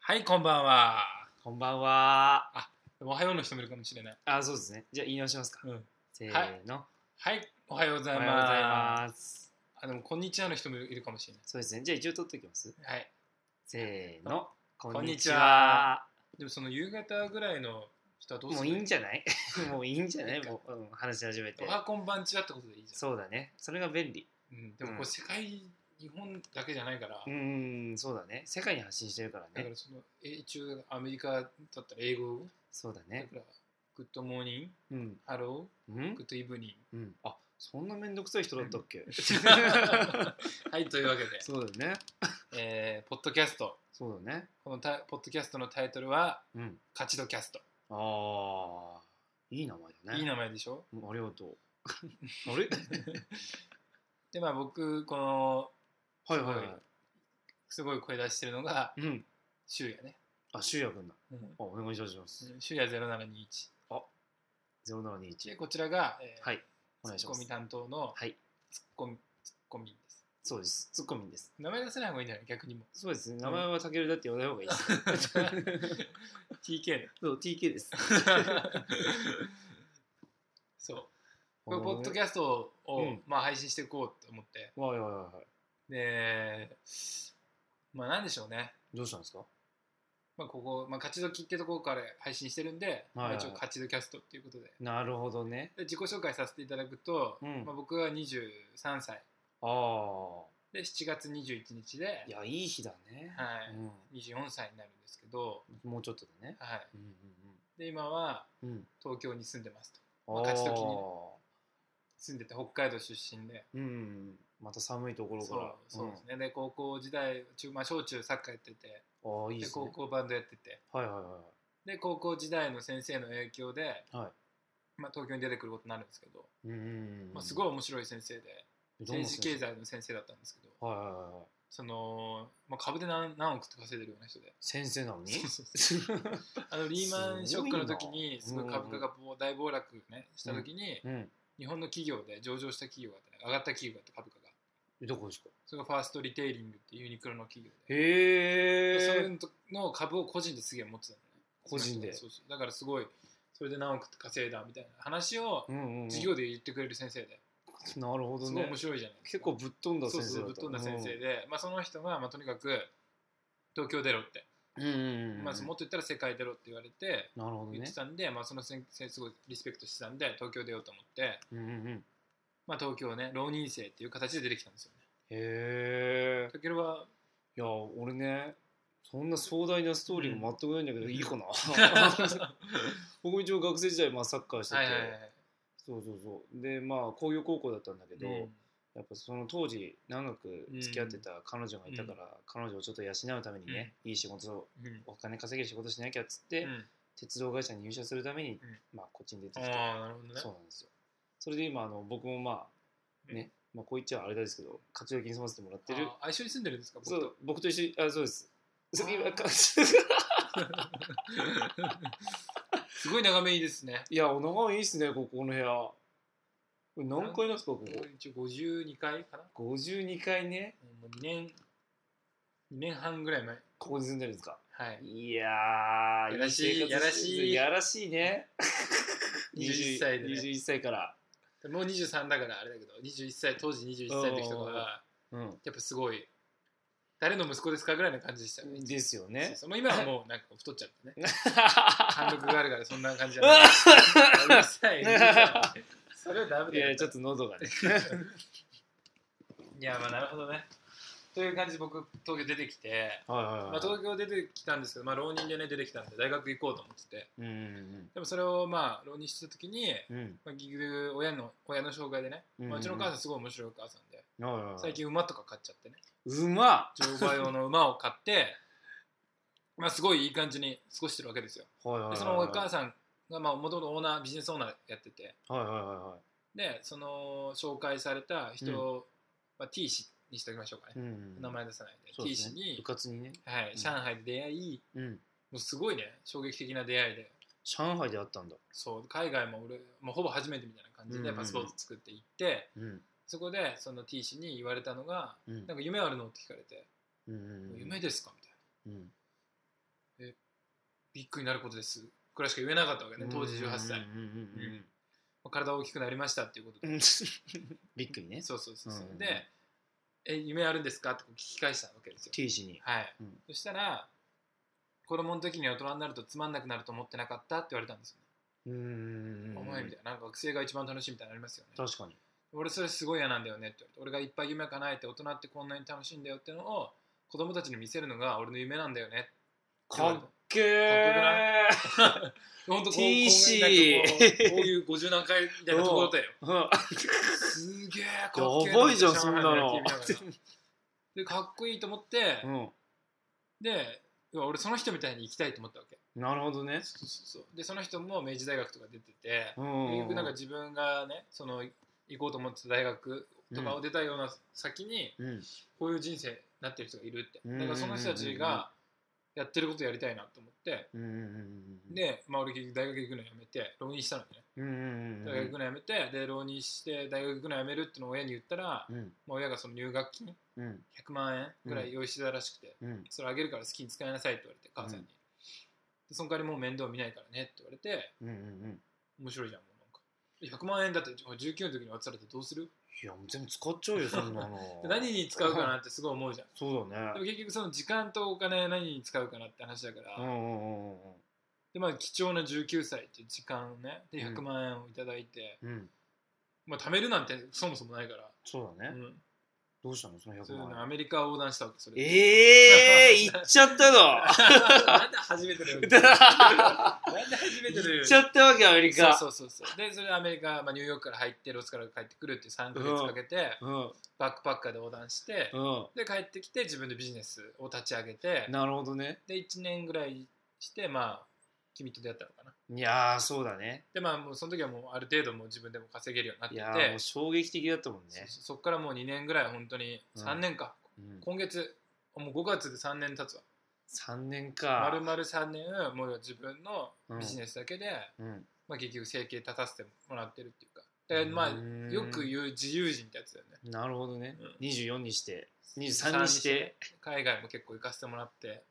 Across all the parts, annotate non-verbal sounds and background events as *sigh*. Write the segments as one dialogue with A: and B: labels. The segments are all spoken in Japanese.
A: はい、こんばんは。
B: こんばんは。
A: おはようの人もいるかもしれない。
B: あ、そうですね。じゃあ言い直しますか。
A: うん
B: せーの、
A: はい、おはようご
B: お
A: ざ
B: はいようござい
A: ます。
B: ます。
A: あ、でも、こんにちはの人もいるかもしれな
B: そうですね。じゃあ一応撮っておきます。
A: い。はい。
B: せーの、こ
A: ん
B: ん
A: に
B: に
A: ち
B: ち
A: は
B: は。
A: でも、その夕方ぐらいの人はどうす
B: も
A: る
B: ういいんじゃない *laughs* もういいんじゃな
A: い
B: いい
A: いか
B: もう、うん、話し始めて
A: お。はこんばんちはってことでいいじゃん。
B: そうだね。それが便利。
A: うん、でも、これ
B: うん
A: 世界、日本だけじゃないから、
B: うーん、そうだね。世界に発信してるから
A: だか
B: ね
A: ら、。その、え一応、アメリカだったら英語、
B: そうだ
A: だ
B: ね
A: か。ら、グッドモーニング、
B: うん。
A: ハロ
B: う
A: ー、
B: ん
A: グッドイブ
B: *laughs*
A: ニング。
B: うん。あ、そんなめんどくさい人だったっけ
A: *laughs* はい、というわけで、
B: *laughs* そうだよね。
A: えー、ポッドキャスト、
B: そうだね。
A: このタイポッドキャストのタイトルは、
B: うん。
A: 勝ち度キャスト。
B: ああ、いい名前だね。
A: いい名前でしょ
B: うんありがとう。 *laughs* あれ
A: でまあ僕この
B: はいはいはい。
A: すごい声出してるのが
B: うん。
A: 柊也ね、
B: あ、しゅうやくんだ。
A: うん
B: あ、お願いいたします。
A: 柊也0721
B: 0721。
A: でこちらが、えー
B: はい。お願いし
A: ツッ
B: ま
A: コミ
B: す。
A: 担当の
B: はい。
A: ツッコミツッコミです
B: そうです。ツッコミです。
A: 名前出せない方がいいんじゃない逆
B: *laughs*
A: にも
B: そうですね。名前はたけるだって呼んだ方がいいです。
A: TK ね
B: *laughs* そう、TK です。
A: そう *laughs* これポッドキャストを、
B: うん
A: まあ、配信していこうと思って
B: はいはいはいは
A: でまあなんでしょうね
B: い。どうしたんですか
A: まあここ、まあ、勝ち時ってところから配信してるんで、
B: はいはい
A: まあ、一応勝ち時キャストっていうことで
B: なるほどね。
A: で自己紹介させていただくと、
B: うん
A: まあ、僕は23歳
B: あ
A: で7月21日で、
B: あ。いや、いい日だね。
A: はい24歳になるんですけど、
B: うん。もうちょっとでね。
A: はい、
B: うん
A: で今は
B: うんうん。うん。
A: 東京に住んでますと
B: あ
A: 勝ち時にね
B: ー
A: 住んでて北海道出身で
B: うん。また寒いところか
A: そう
B: ら。
A: そうですね、で高校時代中、まあ、小中サッカーやってて
B: うん。ああ、いい
A: で
B: ですね
A: 高。校バンドやってて
B: はいはいは
A: で高校時代の先生の影響で、
B: は
A: まあ、東京に出てくることになるんですけど、
B: い。うんうんうん。
A: まあ、すごい
B: い。
A: 面白い先生で
B: どうも
A: 政治
B: 先生
A: 経。済の先生だったんですけど
B: はいはいはいはい。
A: その、まあ、株で何何億って稼いでるような人で。
B: 先生な
A: *laughs*
B: のに
A: そうそうそうあのリーマンショックの時にす
B: す
A: ご
B: ご
A: い
B: いな
A: 株価がぼ大暴落、ね、した時に、
B: うん。
A: 日本の企業で上場した企業があって、ね、上がった企業があって株価が
B: どこですか
A: それがファーストリテイリングっていうユニクロの企業で
B: へ
A: そ
B: え
A: れの株を個人ですげえ持ってたんだよね
B: 個人で
A: そうそうだからすごいそれで何億って稼いだみたいな話を
B: うんうんうん、
A: 授業で言ってくれる先生で、
B: なるほど
A: すごい
B: ね
A: 面白いじゃないです
B: 結
A: か
B: 構ぶっ飛んだ
A: そ
B: 先
A: う
B: 生
A: そ
B: だ
A: うぶ
B: っ
A: った飛んだ先生で、まあ、その人が、まあ、とにかく東京出ろって、
B: うんうんうんうん
A: まあ、もっと言ったら世界出ろって言われて
B: なるほど
A: 言っ
B: ね
A: てたんで、まあ、その先生すごいリスペクトしてたんで東京出ようと思って、
B: うんうんうん
A: まあ、東京ね浪人生っていう形で出てきたんですよね。
B: へえ
A: たけるはい
B: や俺ねそんな壮大なストーリーも全くないんだけど、いいかな *laughs* 僕一応学生時代、まあ、サッカーしてて、
A: はいはいはい
B: そうそうそうでまあ工業高校だったんだけど、
A: うん
B: やっぱその当時長く付き合ってた彼女がいたから、彼女をちょっと養うためにね、いい仕事を
A: うん
B: お金稼げる仕事しなきゃっつって、
A: うん
B: 鉄道会社に入社するために、
A: ん
B: まあこっちに出て
A: あ
B: きて、
A: あなるほどね
B: そうなんですよそれで今あの僕もまあね、まあこう言っちゃあれですけど活躍に住ませてもらってる
A: ああ一緒に住んでるんですか僕
B: そ
A: と
B: う僕と一緒にあそうです
A: あー
B: 今か
A: *laughs*
B: *laughs*
A: すごい眺めいいですね
B: いやお長いいいっすねこここの部屋これ何階なんですかここ
A: 一応52回かな
B: 52階ね
A: うんもう2年2年半ぐらい前
B: ここに住んでるんですか
A: はい
B: いやー
A: やらしい
B: 生活
A: やらしい
B: やらし
A: *laughs*
B: いね
A: 21歳でね
B: 21歳から
A: もう23だからあれだけど21歳当時21歳の人
B: うん
A: が
B: うん
A: やっぱすごい誰の息子ですかぐらいな感じでしたよね
B: ですよ
A: そう
B: ね
A: そうもう今はもうなんか太っちゃ
B: *laughs*
A: ってね貫
B: い
A: 禄があるからそんな感じじゃ
B: *laughs*
A: ないうるさいうるさいそれは
B: *laughs*
A: ダメだよ
B: やちょっと喉がね
A: いやまあなるほどねという感じで僕東京出てきて、
B: はいはい
A: まあ、東京出てきたんですけど、まあ、浪人でね出てきたんで大学行こうと思ってて
B: うんうん
A: でもそれをまあ浪人してた時に、
B: うんうん
A: まあ、結局親の親の障害でね、
B: うん
A: まあ、うちの母さんすごい面白いお母さんで最
B: 最近
A: 近馬とか買っちゃってね
B: うま
A: 乗馬用の馬を買ってまあすごいいい感じに過ごしてるわけですよ
B: っはいはいは
A: で
B: い
A: そのお母さんがまあ元々オーナービジネスオーナーやってて
B: はいはいはいは
A: でその紹介された人を、まあ、T 氏にしておきましょうか
B: い
A: ね、名前出さないで T 氏に
B: 部、活にね
A: はい、
B: うん
A: 上海で出会い
B: う
A: も
B: ん
A: うすごいね衝撃的な出会いで
B: 上海であったんだ
A: そう海外も俺もうほぼ初めてみたいな感じ
B: うんうん
A: で
B: うん
A: パスポート作って行って、
B: うん
A: そこでその T 氏に言われたのが
B: うん
A: なんか夢あるのって聞かれて、
B: うんうん
A: 夢ですかみたいな
B: うん
A: ビッグになることですくらいしか言えなかったわけね当時18歳、ま
B: うんうんうんうん
A: あ体大きくなりましたっていうことで、
B: *laughs* うんビッグにね
A: そうそうそうそう、
B: うん
A: で「え夢あるんですか?」って聞き返したわけですよ
B: T 字に
A: はい、
B: うん
A: そしたら子供の時に大人になるとつまんなくなると思ってなかったって言われたんですよ、
B: うんうんうん
A: お前みたいななんか学生が一番楽しいみたいになのありますよね
B: 確かに
A: 俺それすごい嫌なんだよねって言われて俺がいっぱい夢叶えて大人ってこんなに楽しいんだよってのを子供たちに見せるのが俺の夢なんだよね
B: かっけー
A: *laughs* 本当
B: TC
A: こういう50何回みたいなところだよ
B: *laughs* うん
A: すげえかっけえ
B: やばいじゃん
A: って
B: そんなの
A: 見ながらでかっこいいと思って、でうわ俺その人みたいに行きたいと思ったわけ
B: うんなるほどね
A: そうそうそうでその人も明治大学とか出てて
B: う
A: 結局なんか
B: ん
A: 自分がねその行こうと思ってた大学とかを出たような先に、
B: うん
A: こういう人生になってる人がいるって
B: うん
A: だからその人たちがやってることやりたいなと思って
B: うんうん
A: で、まあ、俺結局大学行くのやめて浪人したのね
B: うんうんうん
A: 大学行くのやめてで浪人して大学行くのやめるってのを親に言ったら、
B: うん
A: まあ、親がその入学金
B: うん
A: 100万円ぐらい用意してたらしくて、
B: うん
A: それあげるから好きに使いなさいって言われて母さんに、でその代わりもう面倒見ないからねって言われて
B: うんうんうん
A: 面白いじゃんもうなんか100万円だって19の時に渡されてどうする
B: いやもう全部使っちゃうよそんなの
A: *laughs* 何に使うかなってすごい思うじゃん
B: そうだ
A: で
B: ね
A: も結局その時間とお金何に使うかなって話だから、
B: うんうんうんうん
A: でまあ貴重な19歳っていう時間をねで
B: うん
A: 100万円をいただいて、
B: うん
A: まあ貯めるなんてそもそもないから、
B: そうだ
A: う
B: ね
A: ん、
B: どうしたのその
A: それ
B: 100
A: でね
B: 万
A: ア
B: 円
A: メリカを横断したわけそれで
B: ええー、行っちゃったの
A: *laughs* なんで初めての
B: *laughs*
A: ようになんで初めてのように
B: 行っちゃったわけアメリカ
A: そうそうそうそうでそれでアメリカ、まあ、ニューヨークから入ってロスから帰ってくるっていう3か月かけて、
B: うん
A: バックパッカーで横断して、
B: う
A: で帰ってきて自分でビジネスを立ち上げて
B: んなるほどね
A: で1年ぐらいしてまあ君と出会ったのかない
B: やーそうだね
A: でまあもうその時はもうある程度もう自分でも稼げるようになって
B: い
A: て
B: やーもう衝撃的だったもん
A: そう
B: ね
A: そうそっからもう2年ぐらい本当に
B: うん
A: 3年か、
B: うん
A: 今月もう5月で3年経つわ
B: 3
A: 丸
B: 年か
A: 々3年もう自分のビジネスだけで、
B: うん
A: まあ、結局生計立たせてもらってるっていうかでまあよく
B: う
A: 言う自由人ってやつだよね
B: ーんなるほどね
A: うん
B: 24にして23にして
A: 海外も結構行かせてもらって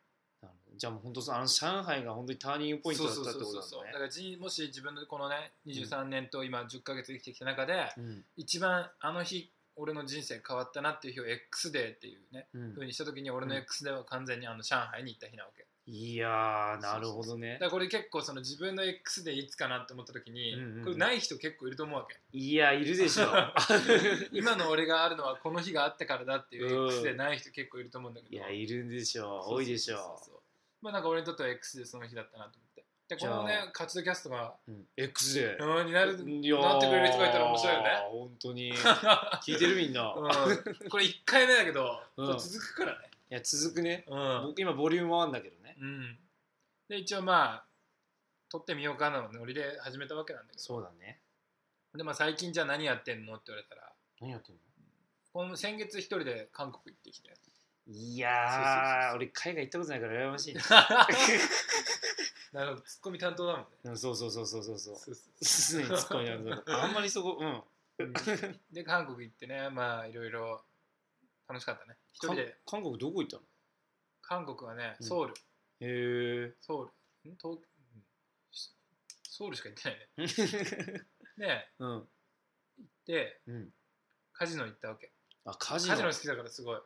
B: なるほどじゃあもう本当そあの上海が本当にターニングポイントだったってこと
A: そうそう
B: だ
A: そうそうだ
B: ね
A: からじもし自分のこのね23年と今10ヶ月生きてきた中で、
B: うん
A: 一番あの日俺の人生変わったなっていう日を X デーっていうね
B: うん
A: 風にした時に俺の
B: うん
A: X デーは完全にあの上海に行った日なわけ
B: いやーなるほど
A: だ
B: ね
A: からこれ結構その自分の X でいつかなって思った時に、
B: うんうんうん
A: これない人結構いると思うわけ
B: いやいるでしょ
A: *laughs* 今の俺があるのはこの日があったからだっていううん X でない人結構いると思うんだけど
B: *laughs* いやいるんでしょ
A: そう
B: 多いでし
A: そうそう
B: ょ
A: そうまあなんか俺にとっては X でその日だったなと思ってでこの
B: じゃ
A: ね活動キャストが
B: うん X で
A: うんになる
B: いやー
A: なってくれる人がいたら面白いよね
B: 本当に聞いてるみんな、い
A: うんこれ1回目だけど、
B: うん
A: これ続くからね
B: や続くね
A: うん
B: 僕今ボリューム1だけどね
A: うん、で一応まあ撮ってみようかなのノリで始めたわけなんだけど
B: そうだね
A: で、まあ、最近じゃあ何やってんのって言われたら
B: 何やってんの
A: この先月一人で韓国行ってき *laughs* て
B: いやー
A: そうそうそうそう
B: 俺海外行ったことないから羨まし
A: *laughs*
B: いな
A: なるほどツッコミ担当だもんね
B: うんそうそうそうそうそうそう
A: そうそう
B: 常に突っ込みなんだあんまりそこうん
A: そううんで韓国行ってねまあいろいろ楽しかったね一人で
B: 韓国どこ行ったの
A: 韓国はね
B: うん
A: ソウル、
B: へ
A: ソウルん東うんしソウルしか行ってないねで
B: え *laughs* うん
A: で
B: うん
A: カジノ行ったわけ
B: あカジノ
A: カジノ好きだからすごい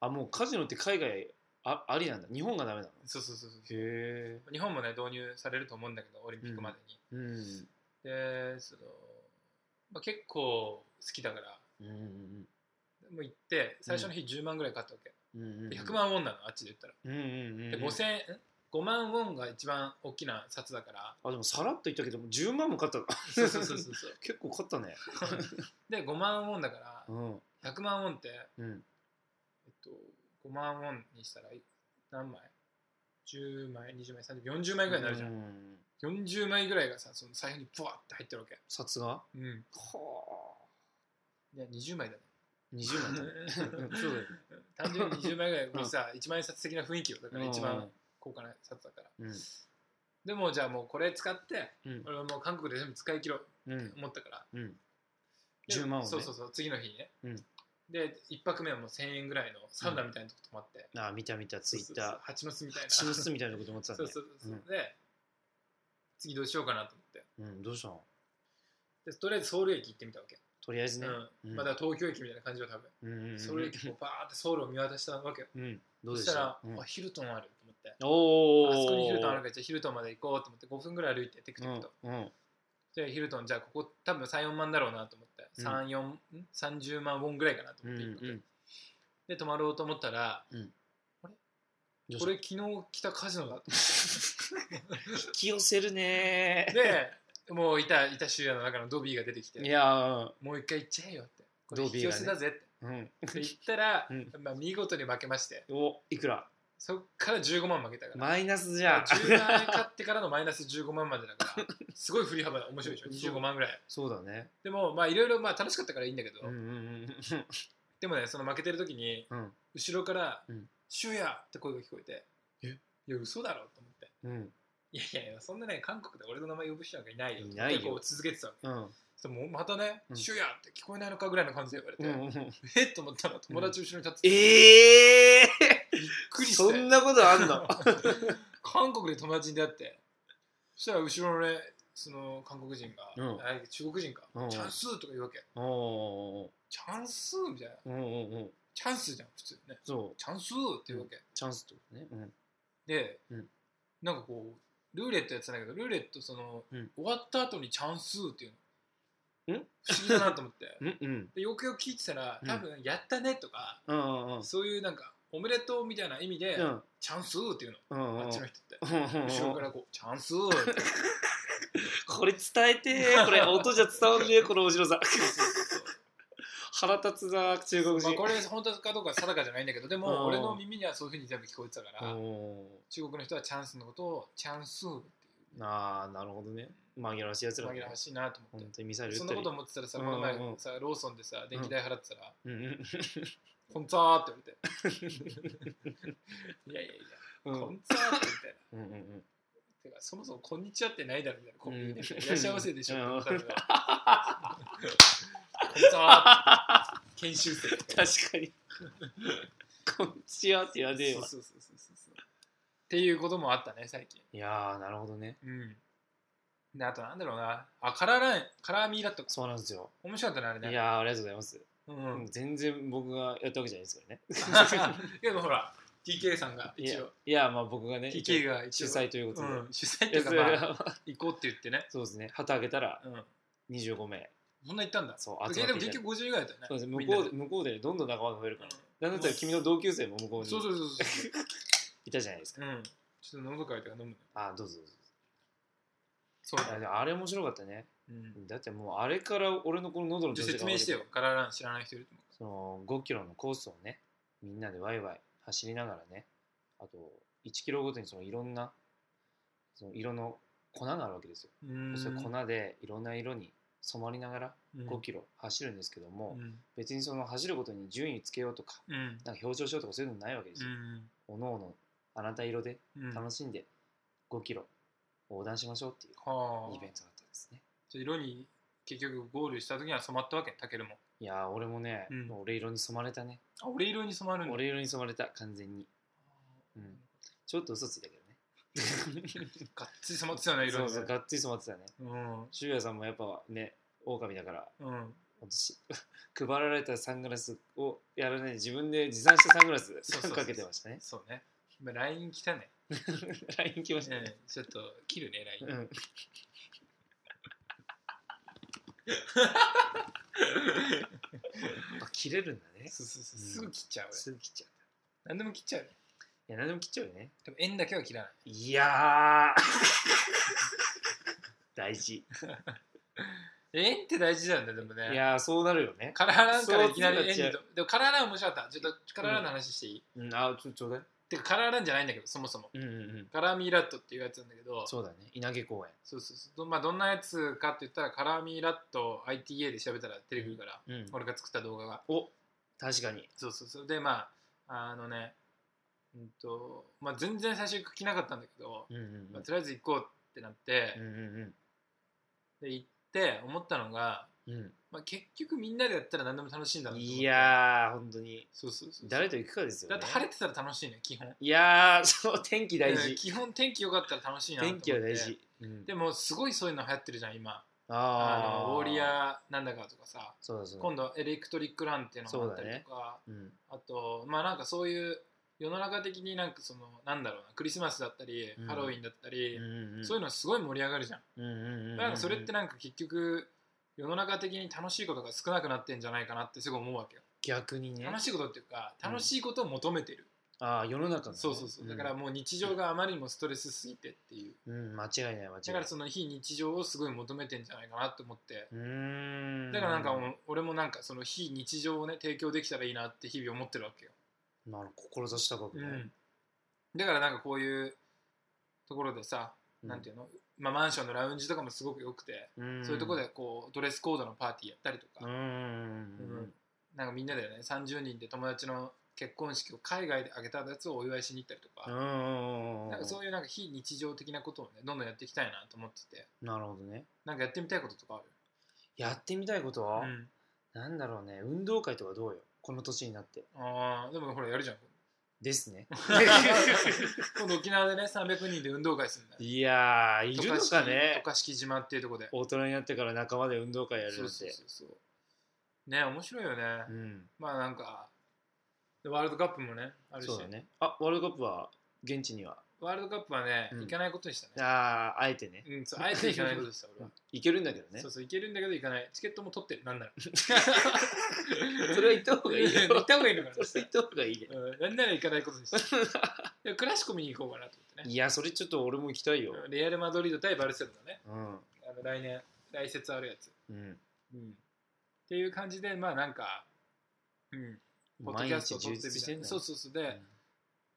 B: あもうカジノって海外あありなんだ日本がダメなの
A: そうそうそうそう
B: へえ
A: 日本もね導入されると思うんだけどオリンピックまでに、
B: うん
A: でその、まあ、結構好きだから
B: うんうん
A: もう行って最初の日10万ぐらい買ったわけ、
B: うん
A: で100万ウォンなのあっちで言ったら、
B: うんうんうん
A: で5000円5万ウォンが一番大きな札だから
B: *laughs* あでもさらっと言ったけども10万も買ったの
A: そうそうそうそうそう
B: 結構買ったね
A: で5万ウォンだか
B: うん
A: ら100万ウォンって、
B: うん
A: えっと、5万ウォンにしたら何枚 ?10 枚20枚30枚40枚ぐらいになるじゃん、
B: ん
A: 40枚ぐらいがさその財布にブワーって入ってるわけ、
B: 札がは
A: うん、
B: あ
A: で20枚だね
B: 20万
A: *laughs*
B: だねそうだよ
A: 単純に20枚ぐらいこれさ一万円札的な雰囲気よだから一番高価な札だから
B: うん
A: でもじゃあもうこれ使って
B: うん
A: 俺はもう韓国で全部使い切ろう
B: うん
A: 思ったから
B: うん
A: で
B: 10万をね
A: そうそうそう次の日にね
B: うん
A: で1泊目はもう1000円ぐらいのサウナみたいなとこ泊まって、
B: ああ見た見たツイッタ
A: ハチ蜂の巣みたい
B: ー
A: な
B: チムスみたいなこと思ってたん
A: そ
B: だ
A: う
B: ね
A: そうそう、
B: うん
A: で次どうしようかなと思って
B: うんどうしたの
A: でとりあえずソウル駅行ってみたわけ、
B: とりあえずね
A: う
B: うん
A: んまあ、だから東京駅みたいな感じは多分、
B: うんうんうん
A: ソウル駅をバーってソウルを見渡したわけよ
B: うんどう
A: そし
B: でしたた
A: ら、
B: うん
A: あヒルトンあると思って
B: お
A: あ
B: ー
A: そこにヒルトンあるからじゃあヒルトンまで行こうと思って5分ぐらい歩いてテクテクと、
B: うんうん
A: でヒルトンじゃあここ多分34万だろうなと思って、
B: うん
A: 三四ん、30万ウォンぐらいかなと
B: う
A: 思って行くわけ、
B: ん
A: で泊まろうと思ったら
B: うん
A: これ昨日来たカジノだと思
B: *laughs* 引き寄せるね
A: ってでもういたいた集屋の中のドビーが出てきて
B: いや
A: もう一回行っちゃえよってこれ
B: ド
A: 引
B: ビーがね
A: き寄せだぜって
B: ーうん
A: って言ったら、
B: うん
A: まあ、見事に負けまして
B: おいくら
A: そっから15万負けたから、
B: マイナスじ
A: ま
B: ゃん
A: あ、10万
B: *laughs*
A: 円買ってからのマイナス15万までだからすごい振り幅面白いでしょ
B: そう
A: 25万ぐらい
B: そうだね
A: でもまあいろいろまあ楽しかったからいいんだけど、
B: うんうんうん
A: でもねその負けてる時に
B: うん
A: 後ろから
B: うん
A: 「シュウヤ!」って声が聞こえて
B: え
A: いや嘘だろ」と思って
B: うん
A: いやいやいやそんなね韓国で俺の名前呼ぶ人なんかいないよ
B: いないよ
A: ってこう続けてたわけ
B: うん
A: そしたらもうまたね「
B: うん
A: シュウヤ!」って聞こえないのかぐらいの感じで言われて、
B: うんうん
A: えっと思ったら友達後ろに立ってて、びっ
B: ええ
A: くりして
B: そんなことあん *laughs* の
A: *laughs* 韓国で友達に出会ってそしたら後ろのねその韓国人が、
B: うん
A: あ中国人か、
B: うん
A: チャンスとか言うわけ
B: おー
A: チャンスみたいな
B: うんうんうん
A: チャンスじゃん普通ね
B: そう
A: チャンスって言うわけ、
B: チャンスってことねうん
A: で、
B: うん
A: なんかこうルーレットやってたんだけどルーレットその、
B: うん
A: 終わった後にチャンスっていうの
B: ん
A: 不思議だなと思って
B: *laughs* うんうん
A: でよくよく聞いてたら
B: うん
A: 多分やったねとか、
B: うんうんうん
A: そういうなんかおめでとうみたいな意味で、
B: うん
A: チャンスっていうの、
B: うん
A: あ
B: うん
A: っちの人って、後
B: 後
A: ろからこうチャンスって
B: これ伝えてーこれ音じゃ伝わるねこの後ろさん腹立つな中国
A: まあ、
B: 人
A: これ本当かどうか定かじゃないんだけどで
B: うん
A: も俺の耳にはそういうふうに全部聞こえてたから
B: お
A: 中国の人はチャンスのことをチャンスって
B: ーなあなるほどね紛らわしいやつら
A: 紛
B: ね
A: らわしいなと
B: 本
A: 思っ
B: 当にミサイ
A: て
B: ル
A: そ
B: 撃
A: ん
B: っ
A: な
B: た
A: こ
B: り
A: と思ってたらさ
B: うん
A: こ
B: うんう
A: の
B: ん
A: 前さローソンでさ電気代払ってたら
B: うんうん
A: 「こんツァー」って言わ
B: *laughs*
A: れて「いやいやいや
B: うん
A: こんツァー」ってみたいな。
B: うんうんうん
A: てかそもそも「こんにちは」ってないだろみたいな「こん
B: うん
A: いらっしゃいませでしょ」って思ったのが
B: *laughs*
A: 「こんツァー」研修生
B: 確かにこんにちはって言わねえ
A: そう
B: わ
A: そうそうそうそうっていうこともあったね最近
B: いやーなるほどね
A: うん。で、あとなんだろうな。あ、カラーライン、カラーミーだった。
B: そうなんですよ
A: 面白かったね、あれ
B: い
A: ね。
B: やーありがとうございます
A: うん
B: う
A: うん *laughs* ん。
B: 全然僕がやったわけじゃないですからね
A: でもほら、TK さんが
B: い
A: 一
B: や
A: 応、
B: いやまあ僕がね
A: TK が
B: 主
A: 一応、
B: 催ということで、
A: うん、主催と
B: い
A: い
B: や
A: うか、
B: それ
A: まあ、
B: は
A: 行こうって言ってね。
B: そうですね旗あげたら
A: うん。
B: 25名
A: そんな行ったんだ。
B: そう集ま
A: で
B: って
A: で
B: い
A: も
B: た
A: 結局50
B: だいて
A: ぐらいだったよね。
B: そうですね
A: み
B: 向
A: んな
B: こうで向こうでどんどん仲間が増えるから
A: うん
B: なんだったら君の同級生も向こうに
A: そうそうそうそう。
B: いたじゃないですか
A: うん。ちょっと喉かいたから飲むね。
B: あどうぞどうぞ
A: そう
B: いや
A: だね。
B: でもあれ面白かったね
A: うん。
B: だってもうあれから俺のこの喉の
A: じゃ
B: 調
A: あ
B: 子が
A: 説明してよ。カラーライン知らない人いると思う。
B: その5キロのコースをねみんなでワイワイ走りながらねあと1キロごとにそのいろんなその色の粉があるわけですよ、
A: うーん
B: それ粉でいろんな色に染まりながら
A: うん
B: 5キロ走るんですけども、
A: うん。
B: 別にその走るごとに順位つけようとか
A: うん。
B: なんか表彰しようとかそういうのないわけですよ、おのおのあなた色で
A: うん。うん。
B: 楽しんで5キロ横断しましょうっていう
A: はあ。
B: イベントだったんですね、
A: じゃあ色に結局ゴールした時には染まったわけタケルも
B: いやー俺もね、
A: うん
B: 俺色に染まれたね
A: あ俺色に染まるんだ
B: *laughs* 俺色に染まれた完全にうんちょっと嘘ついたけどね
A: がっつり染まってたよね色
B: そう
A: に
B: そうがっつり染まってたね
A: うん
B: 修也さんもやっぱね狼だから
A: うん
B: 私 *laughs* 配られたサングラスをやらないで自分で持参したサングラス
A: そうそうそう
B: かけてましたね *laughs*
A: そうね今 LINE 来たね
B: LINE 来ましたね
A: ねちょっと切るね LINE *laughs*
B: うんあ切れるんだね
A: そうそうそうすぐ切っちゃう俺
B: すぐ切っちゃう
A: 何でも切っちゃうね
B: いや何でも切っちゃうよね
A: でも円だけは切らない
B: いやー *laughs* 大事
A: 円って大事なんだよねでも
B: い
A: ね
B: やーそうなるよね、
A: カラーランからいきなり
B: そう
A: 円に
B: そ
A: とでもカラーラン面白かったちょっとカラーランの話していい、
B: うん、あちょちょうだい
A: てかカラーランじゃないんだけどそもそも
B: うんうんうん
A: カラーミーラットっていうやつなんだけど
B: そうだね稲毛公園
A: そうそうそうど,、まあ、どんなやつかって言ったらカラーミーラット ITA で調べたら出てくるから、
B: うん
A: 俺が作った動画が
B: お確かに
A: そうそうそうでまああのねうんと、まあ、全然最初行く気なかったんだけど、
B: うんうん
A: まあ、とりあえず行こうってなって
B: うんう、んうん
A: で行って思ったのが
B: うん
A: まあ、結局みんなでやったら何でも楽しいんだなと思って
B: いやー本当に
A: そうそうそう
B: 誰と行くかですよ
A: だ
B: ね
A: って晴れてたら楽しいね基本
B: いやーそう天気大
A: うん
B: 事
A: 基本天気良かったら楽しいなと思
B: 天
A: って
B: 気は大事、うん
A: でもすごいそういうの流行ってるじゃん今あ
B: あー
A: のウォリアーなんだかとかさ
B: そうだそうだ
A: 今度はエレクトリックランっていうのがあったりとか、
B: うん
A: あとまあなんかそういう世の中的になんかそのなんだろうなクリスマスだったり、
B: うん
A: ハロウィンだったり、そうういうのすごい盛り上がるじゃん,、
B: いう
A: なんかそれってなんか結局世の中的に楽しいことが少なくなってんじゃないかなってすごい思うわけよ、
B: 逆にね
A: 楽しいことっていうか
B: うん
A: 楽しいことを求めてる、
B: ああ世の中のね
A: そうそうそうだからもう日常があまりにもストレスすぎてっていう
B: うん間違いない間違いない
A: だからその非日常をすごい求めてんじゃないかなと思って
B: うーん
A: だからなんかもう俺もなんかその非日常をね提供できたらいいなって日々思ってるわけよ
B: なる志高く
A: う
B: ね
A: ん、だからなんかこういうところでさ、なんていうの、まあ、マンションのラウンジとかもすごく良くて、
B: うん
A: そういうところでこうドレスコードのパーティーやったりと
B: う
A: か、
B: ん
A: うんなんかみんなでね30人で友達の結婚式を海外で挙げたやつをお祝いしに行ったりと
B: う
A: か、
B: ん
A: なんかそうういうなんか非日常的なことをねどんどんやっていきたいなと思ってて
B: なるほどね
A: なんかやってみたいこととか
B: やってみたいこと
A: あ
B: は
A: る、うん
B: なんだろうね運動会とかどうよこの年になって
A: あーでもほらやるじ
B: *laughs*
A: ゃん
B: で
A: *laughs*
B: すね *laughs*
A: 今度沖縄でね300人で運動会するんだよ
B: いやーいるの
A: 渡嘉
B: か
A: 敷
B: ね
A: 渡嘉敷島っていうところで
B: 大人になってから仲間で運動会やる
A: そう
B: なん
A: そう
B: て
A: そうそうね面白いよね、
B: うん
A: まあなんかでワールドカップもねあるし
B: そうだねあワールドカップは現地には
A: ワールドカップはね、
B: うん
A: 行かないことにしたね
B: あああえてね
A: うんそうあえて行かないことにした俺は、
B: いけるんだけどね
A: そうそう行けるんだけど行かないチケットも取ってるなん
B: *laughs*
A: なら
B: それは行った方がいいよ
A: *laughs* 行った方がいいのかな
B: それ行った方がいいね
A: うん、なんなら行かないことにしたでクラシコ見に行こうかなと思ってね
B: いやそれちょっと俺も行きたいよ
A: うんレアル・マドリード対バルセロナね
B: うん
A: あの来年来節あるやつ、
B: うん
A: うん、っていう感じでまあなんかうんポッド
B: 毎
A: キャスト
B: 日
A: を撮って
B: 充
A: みたい
B: 実してんだよ
A: そうそうそうで、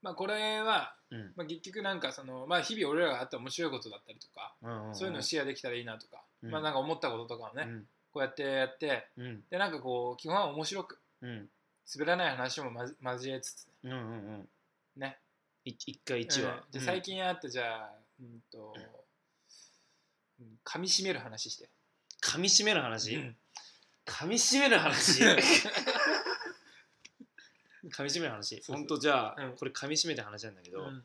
A: まあこれは
B: うん
A: まあ、結局なんかその、まあ、日々俺らがあった面白いことだったりとか、
B: うん
A: そういうのをシェアできたらいいなとか、
B: うん
A: まあ、なんか思ったこととかをね、
B: うん
A: こうやってやって
B: うん
A: でなんかこう基本は面白く
B: うん
A: 滑らない話もまじ交えつつ
B: うんうんうん
A: ねね
B: い一回一話
A: うんで最近あったじゃあ、うんとうん噛み締める話して、
B: 噛み締める
A: う
B: 話
A: ん
B: 噛み締める話 *laughs* 噛み締める
A: そ
B: 話
A: うそう
B: ほんとじゃ
A: う
B: あ
A: ん
B: これ噛み締めた話なんだけど
A: うん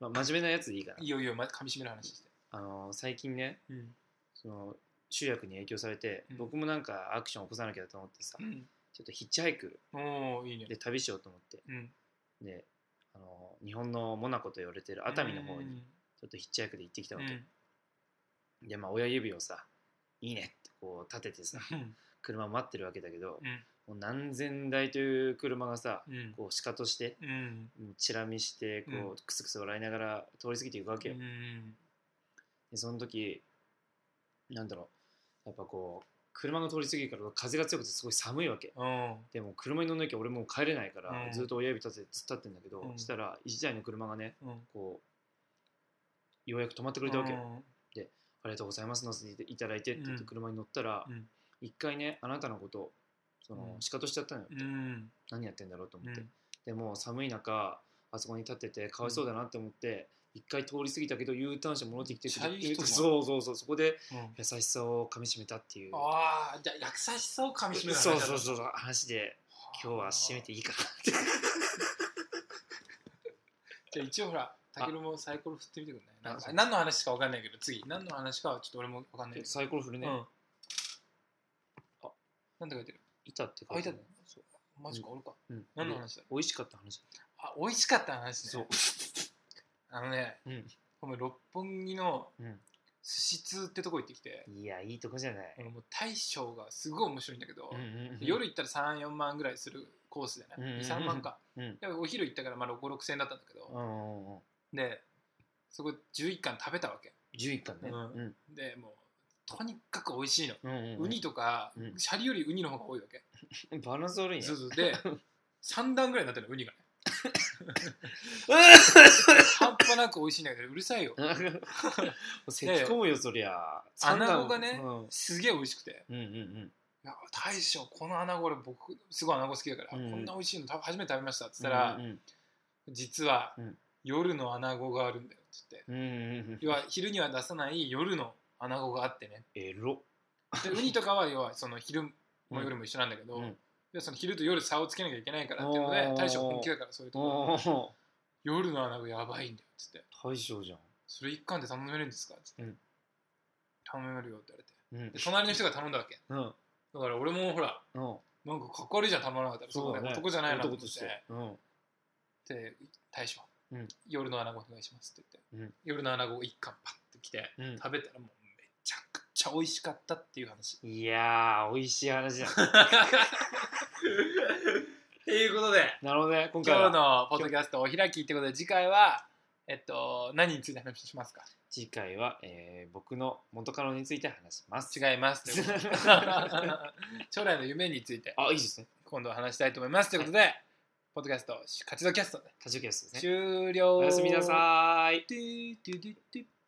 B: まあ真面目なやつでいいかない
A: いよいいよ、ま、噛み締める話して、
B: あのー最近ね
A: うん
B: その集約に影響されて
A: うん
B: 僕もなんかアクション起こさなきゃと思ってさ
A: うん、
B: ちょっとヒッチハイク
A: おーいいね
B: で旅しようと思って
A: うん、
B: であの日本のモナコと言われてる熱海の方
A: う
B: に
A: ん
B: ちょっとヒッチハイクで行ってきた
A: う
B: わ
A: ん
B: け、でまあ親指をさ「いいね」ってこう立ててさ
A: うん
B: 車待ってるわけだけど、
A: うん
B: もう何千台という車がさ
A: うん
B: こうシカとして
A: うん
B: もうチラ見してこう、
A: う
B: クスクス笑いながら通り過ぎていくわけよ、
A: うん
B: でその時なんだろうやっぱこう車が通り過ぎるから風が強くてすごい寒いわけ
A: うん
B: でも車に乗んなきゃ俺もう帰れないから、
A: うん
B: ずっと親指立てて突っ立ってんだけど、
A: うん
B: したら一台の車がね
A: うん
B: こうようやく止まってくれたわけよ、あ
A: うん
B: りがとうございます乗せていただいてって言って
A: うん
B: 車に乗ったら、
A: うん
B: 一回ねあなたのことをその、
A: うん
B: 仕方しちゃったのよ、
A: うん
B: 何やってんだろうと思って、
A: うん
B: でもう寒い中あそこに立っててかわいそうだなって思って、一回通り過ぎたけど U ターンして戻ってきて
A: めっちゃいい人じゃん
B: そうそうそうそこで
A: うん
B: 優しさをかみしめたっていう
A: ああ、じゃあ、優しさをかみしめる話
B: そうそう
A: う。
B: そうそう話で今日は締めていいかなって
A: じゃあ、一応ほら、たけるもサイコロ振ってみてくんないなん
B: あ
A: か
B: そう
A: 何の話かわかんないけど、次。何の話かはちょっと俺もわかんないけど。
B: サイコロ振るね、
A: うん。
B: あ
A: なんて書いてる
B: 板って書いてある
A: あマジか、俺か。
B: うん
A: 何の話だ
B: 美味しかった話
A: あ、美味しかった話ね。
B: そう。
A: あのね、
B: うん
A: ごめん六本木の
B: うん
A: 寿司通ってとこ行ってきて、
B: いやいいとこじゃない、
A: あのもう大将がすごい面白いんだけど、
B: うんうんうん
A: 夜行ったら3、4万ぐらいするコースで
B: うんうんうん
A: ね、2、3万か。
B: うん
A: でお昼行ったから、まあ、6、5、6千円だったんだけど、
B: うんうんうん
A: でそこ11貫食べたわけ
B: 11巻ね、
A: うん
B: うん
A: でもうとにかく美味しいの、
B: うんうんうん
A: ウニとか、
B: うん
A: シャリよりウニの方が多いわけ、
B: バランス悪いね *laughs*
A: そうそうで3段ぐらいになってるのウニがね半端なく美味しいんだけどうるさいよ
B: せき込むよそりゃ
A: 穴子がね
B: うん
A: すげえ美味しくて
B: うんうん
A: いや大将この穴子俺僕すごい穴子好きだから、
B: うん
A: こんな美味しいのた初めて食べましたっつ
B: し
A: ったら、
B: うん
A: 実は、
B: うん
A: 夜の穴子があるんだよっつって
B: うんうんうんうん
A: 要は昼には出さない夜の穴子があってね
B: エロ *laughs*
A: でウニとかは要はその昼も夜も一緒なんだけど、
B: うん
A: でその昼と夜差をつけなきゃいけないからっていうので
B: おー
A: 大将本気だからそういうところ
B: おー
A: 夜の穴子やばいんだよっつって
B: 大将じゃん
A: それ一貫で頼めるんですかっつって、
B: うん
A: 頼めるよって言われて
B: うん
A: で隣の人が頼んだわけ
B: うん
A: だから俺もほら
B: うん
A: なんかかっこ悪いじゃん頼まなかったら
B: そうだね
A: 男じゃないなと思
B: 男
A: って
B: としてうん
A: で大将、
B: うん
A: 夜の穴子お願いしますって言って、
B: うん
A: 夜の穴子を一貫パッてきて
B: うん
A: 食べたらもうめちゃくちゃ美味しかったっていう話
B: いやー美味しい話だ *laughs*
A: っていうことで
B: なるほどね今回
A: 今日
B: は
A: のポッドキャストお開きってことで次回はえっと何について話しますか
B: 次回は、えー、僕の元カノについて話します
A: 違いますということで *laughs* 将来の夢について
B: あいいですね
A: 今度は話したいと思いますということで、ポッドキャスト活動キャストで
B: タジオキャストですね
A: 終了
B: おやすみなさーい
A: ドゥドゥドゥドゥ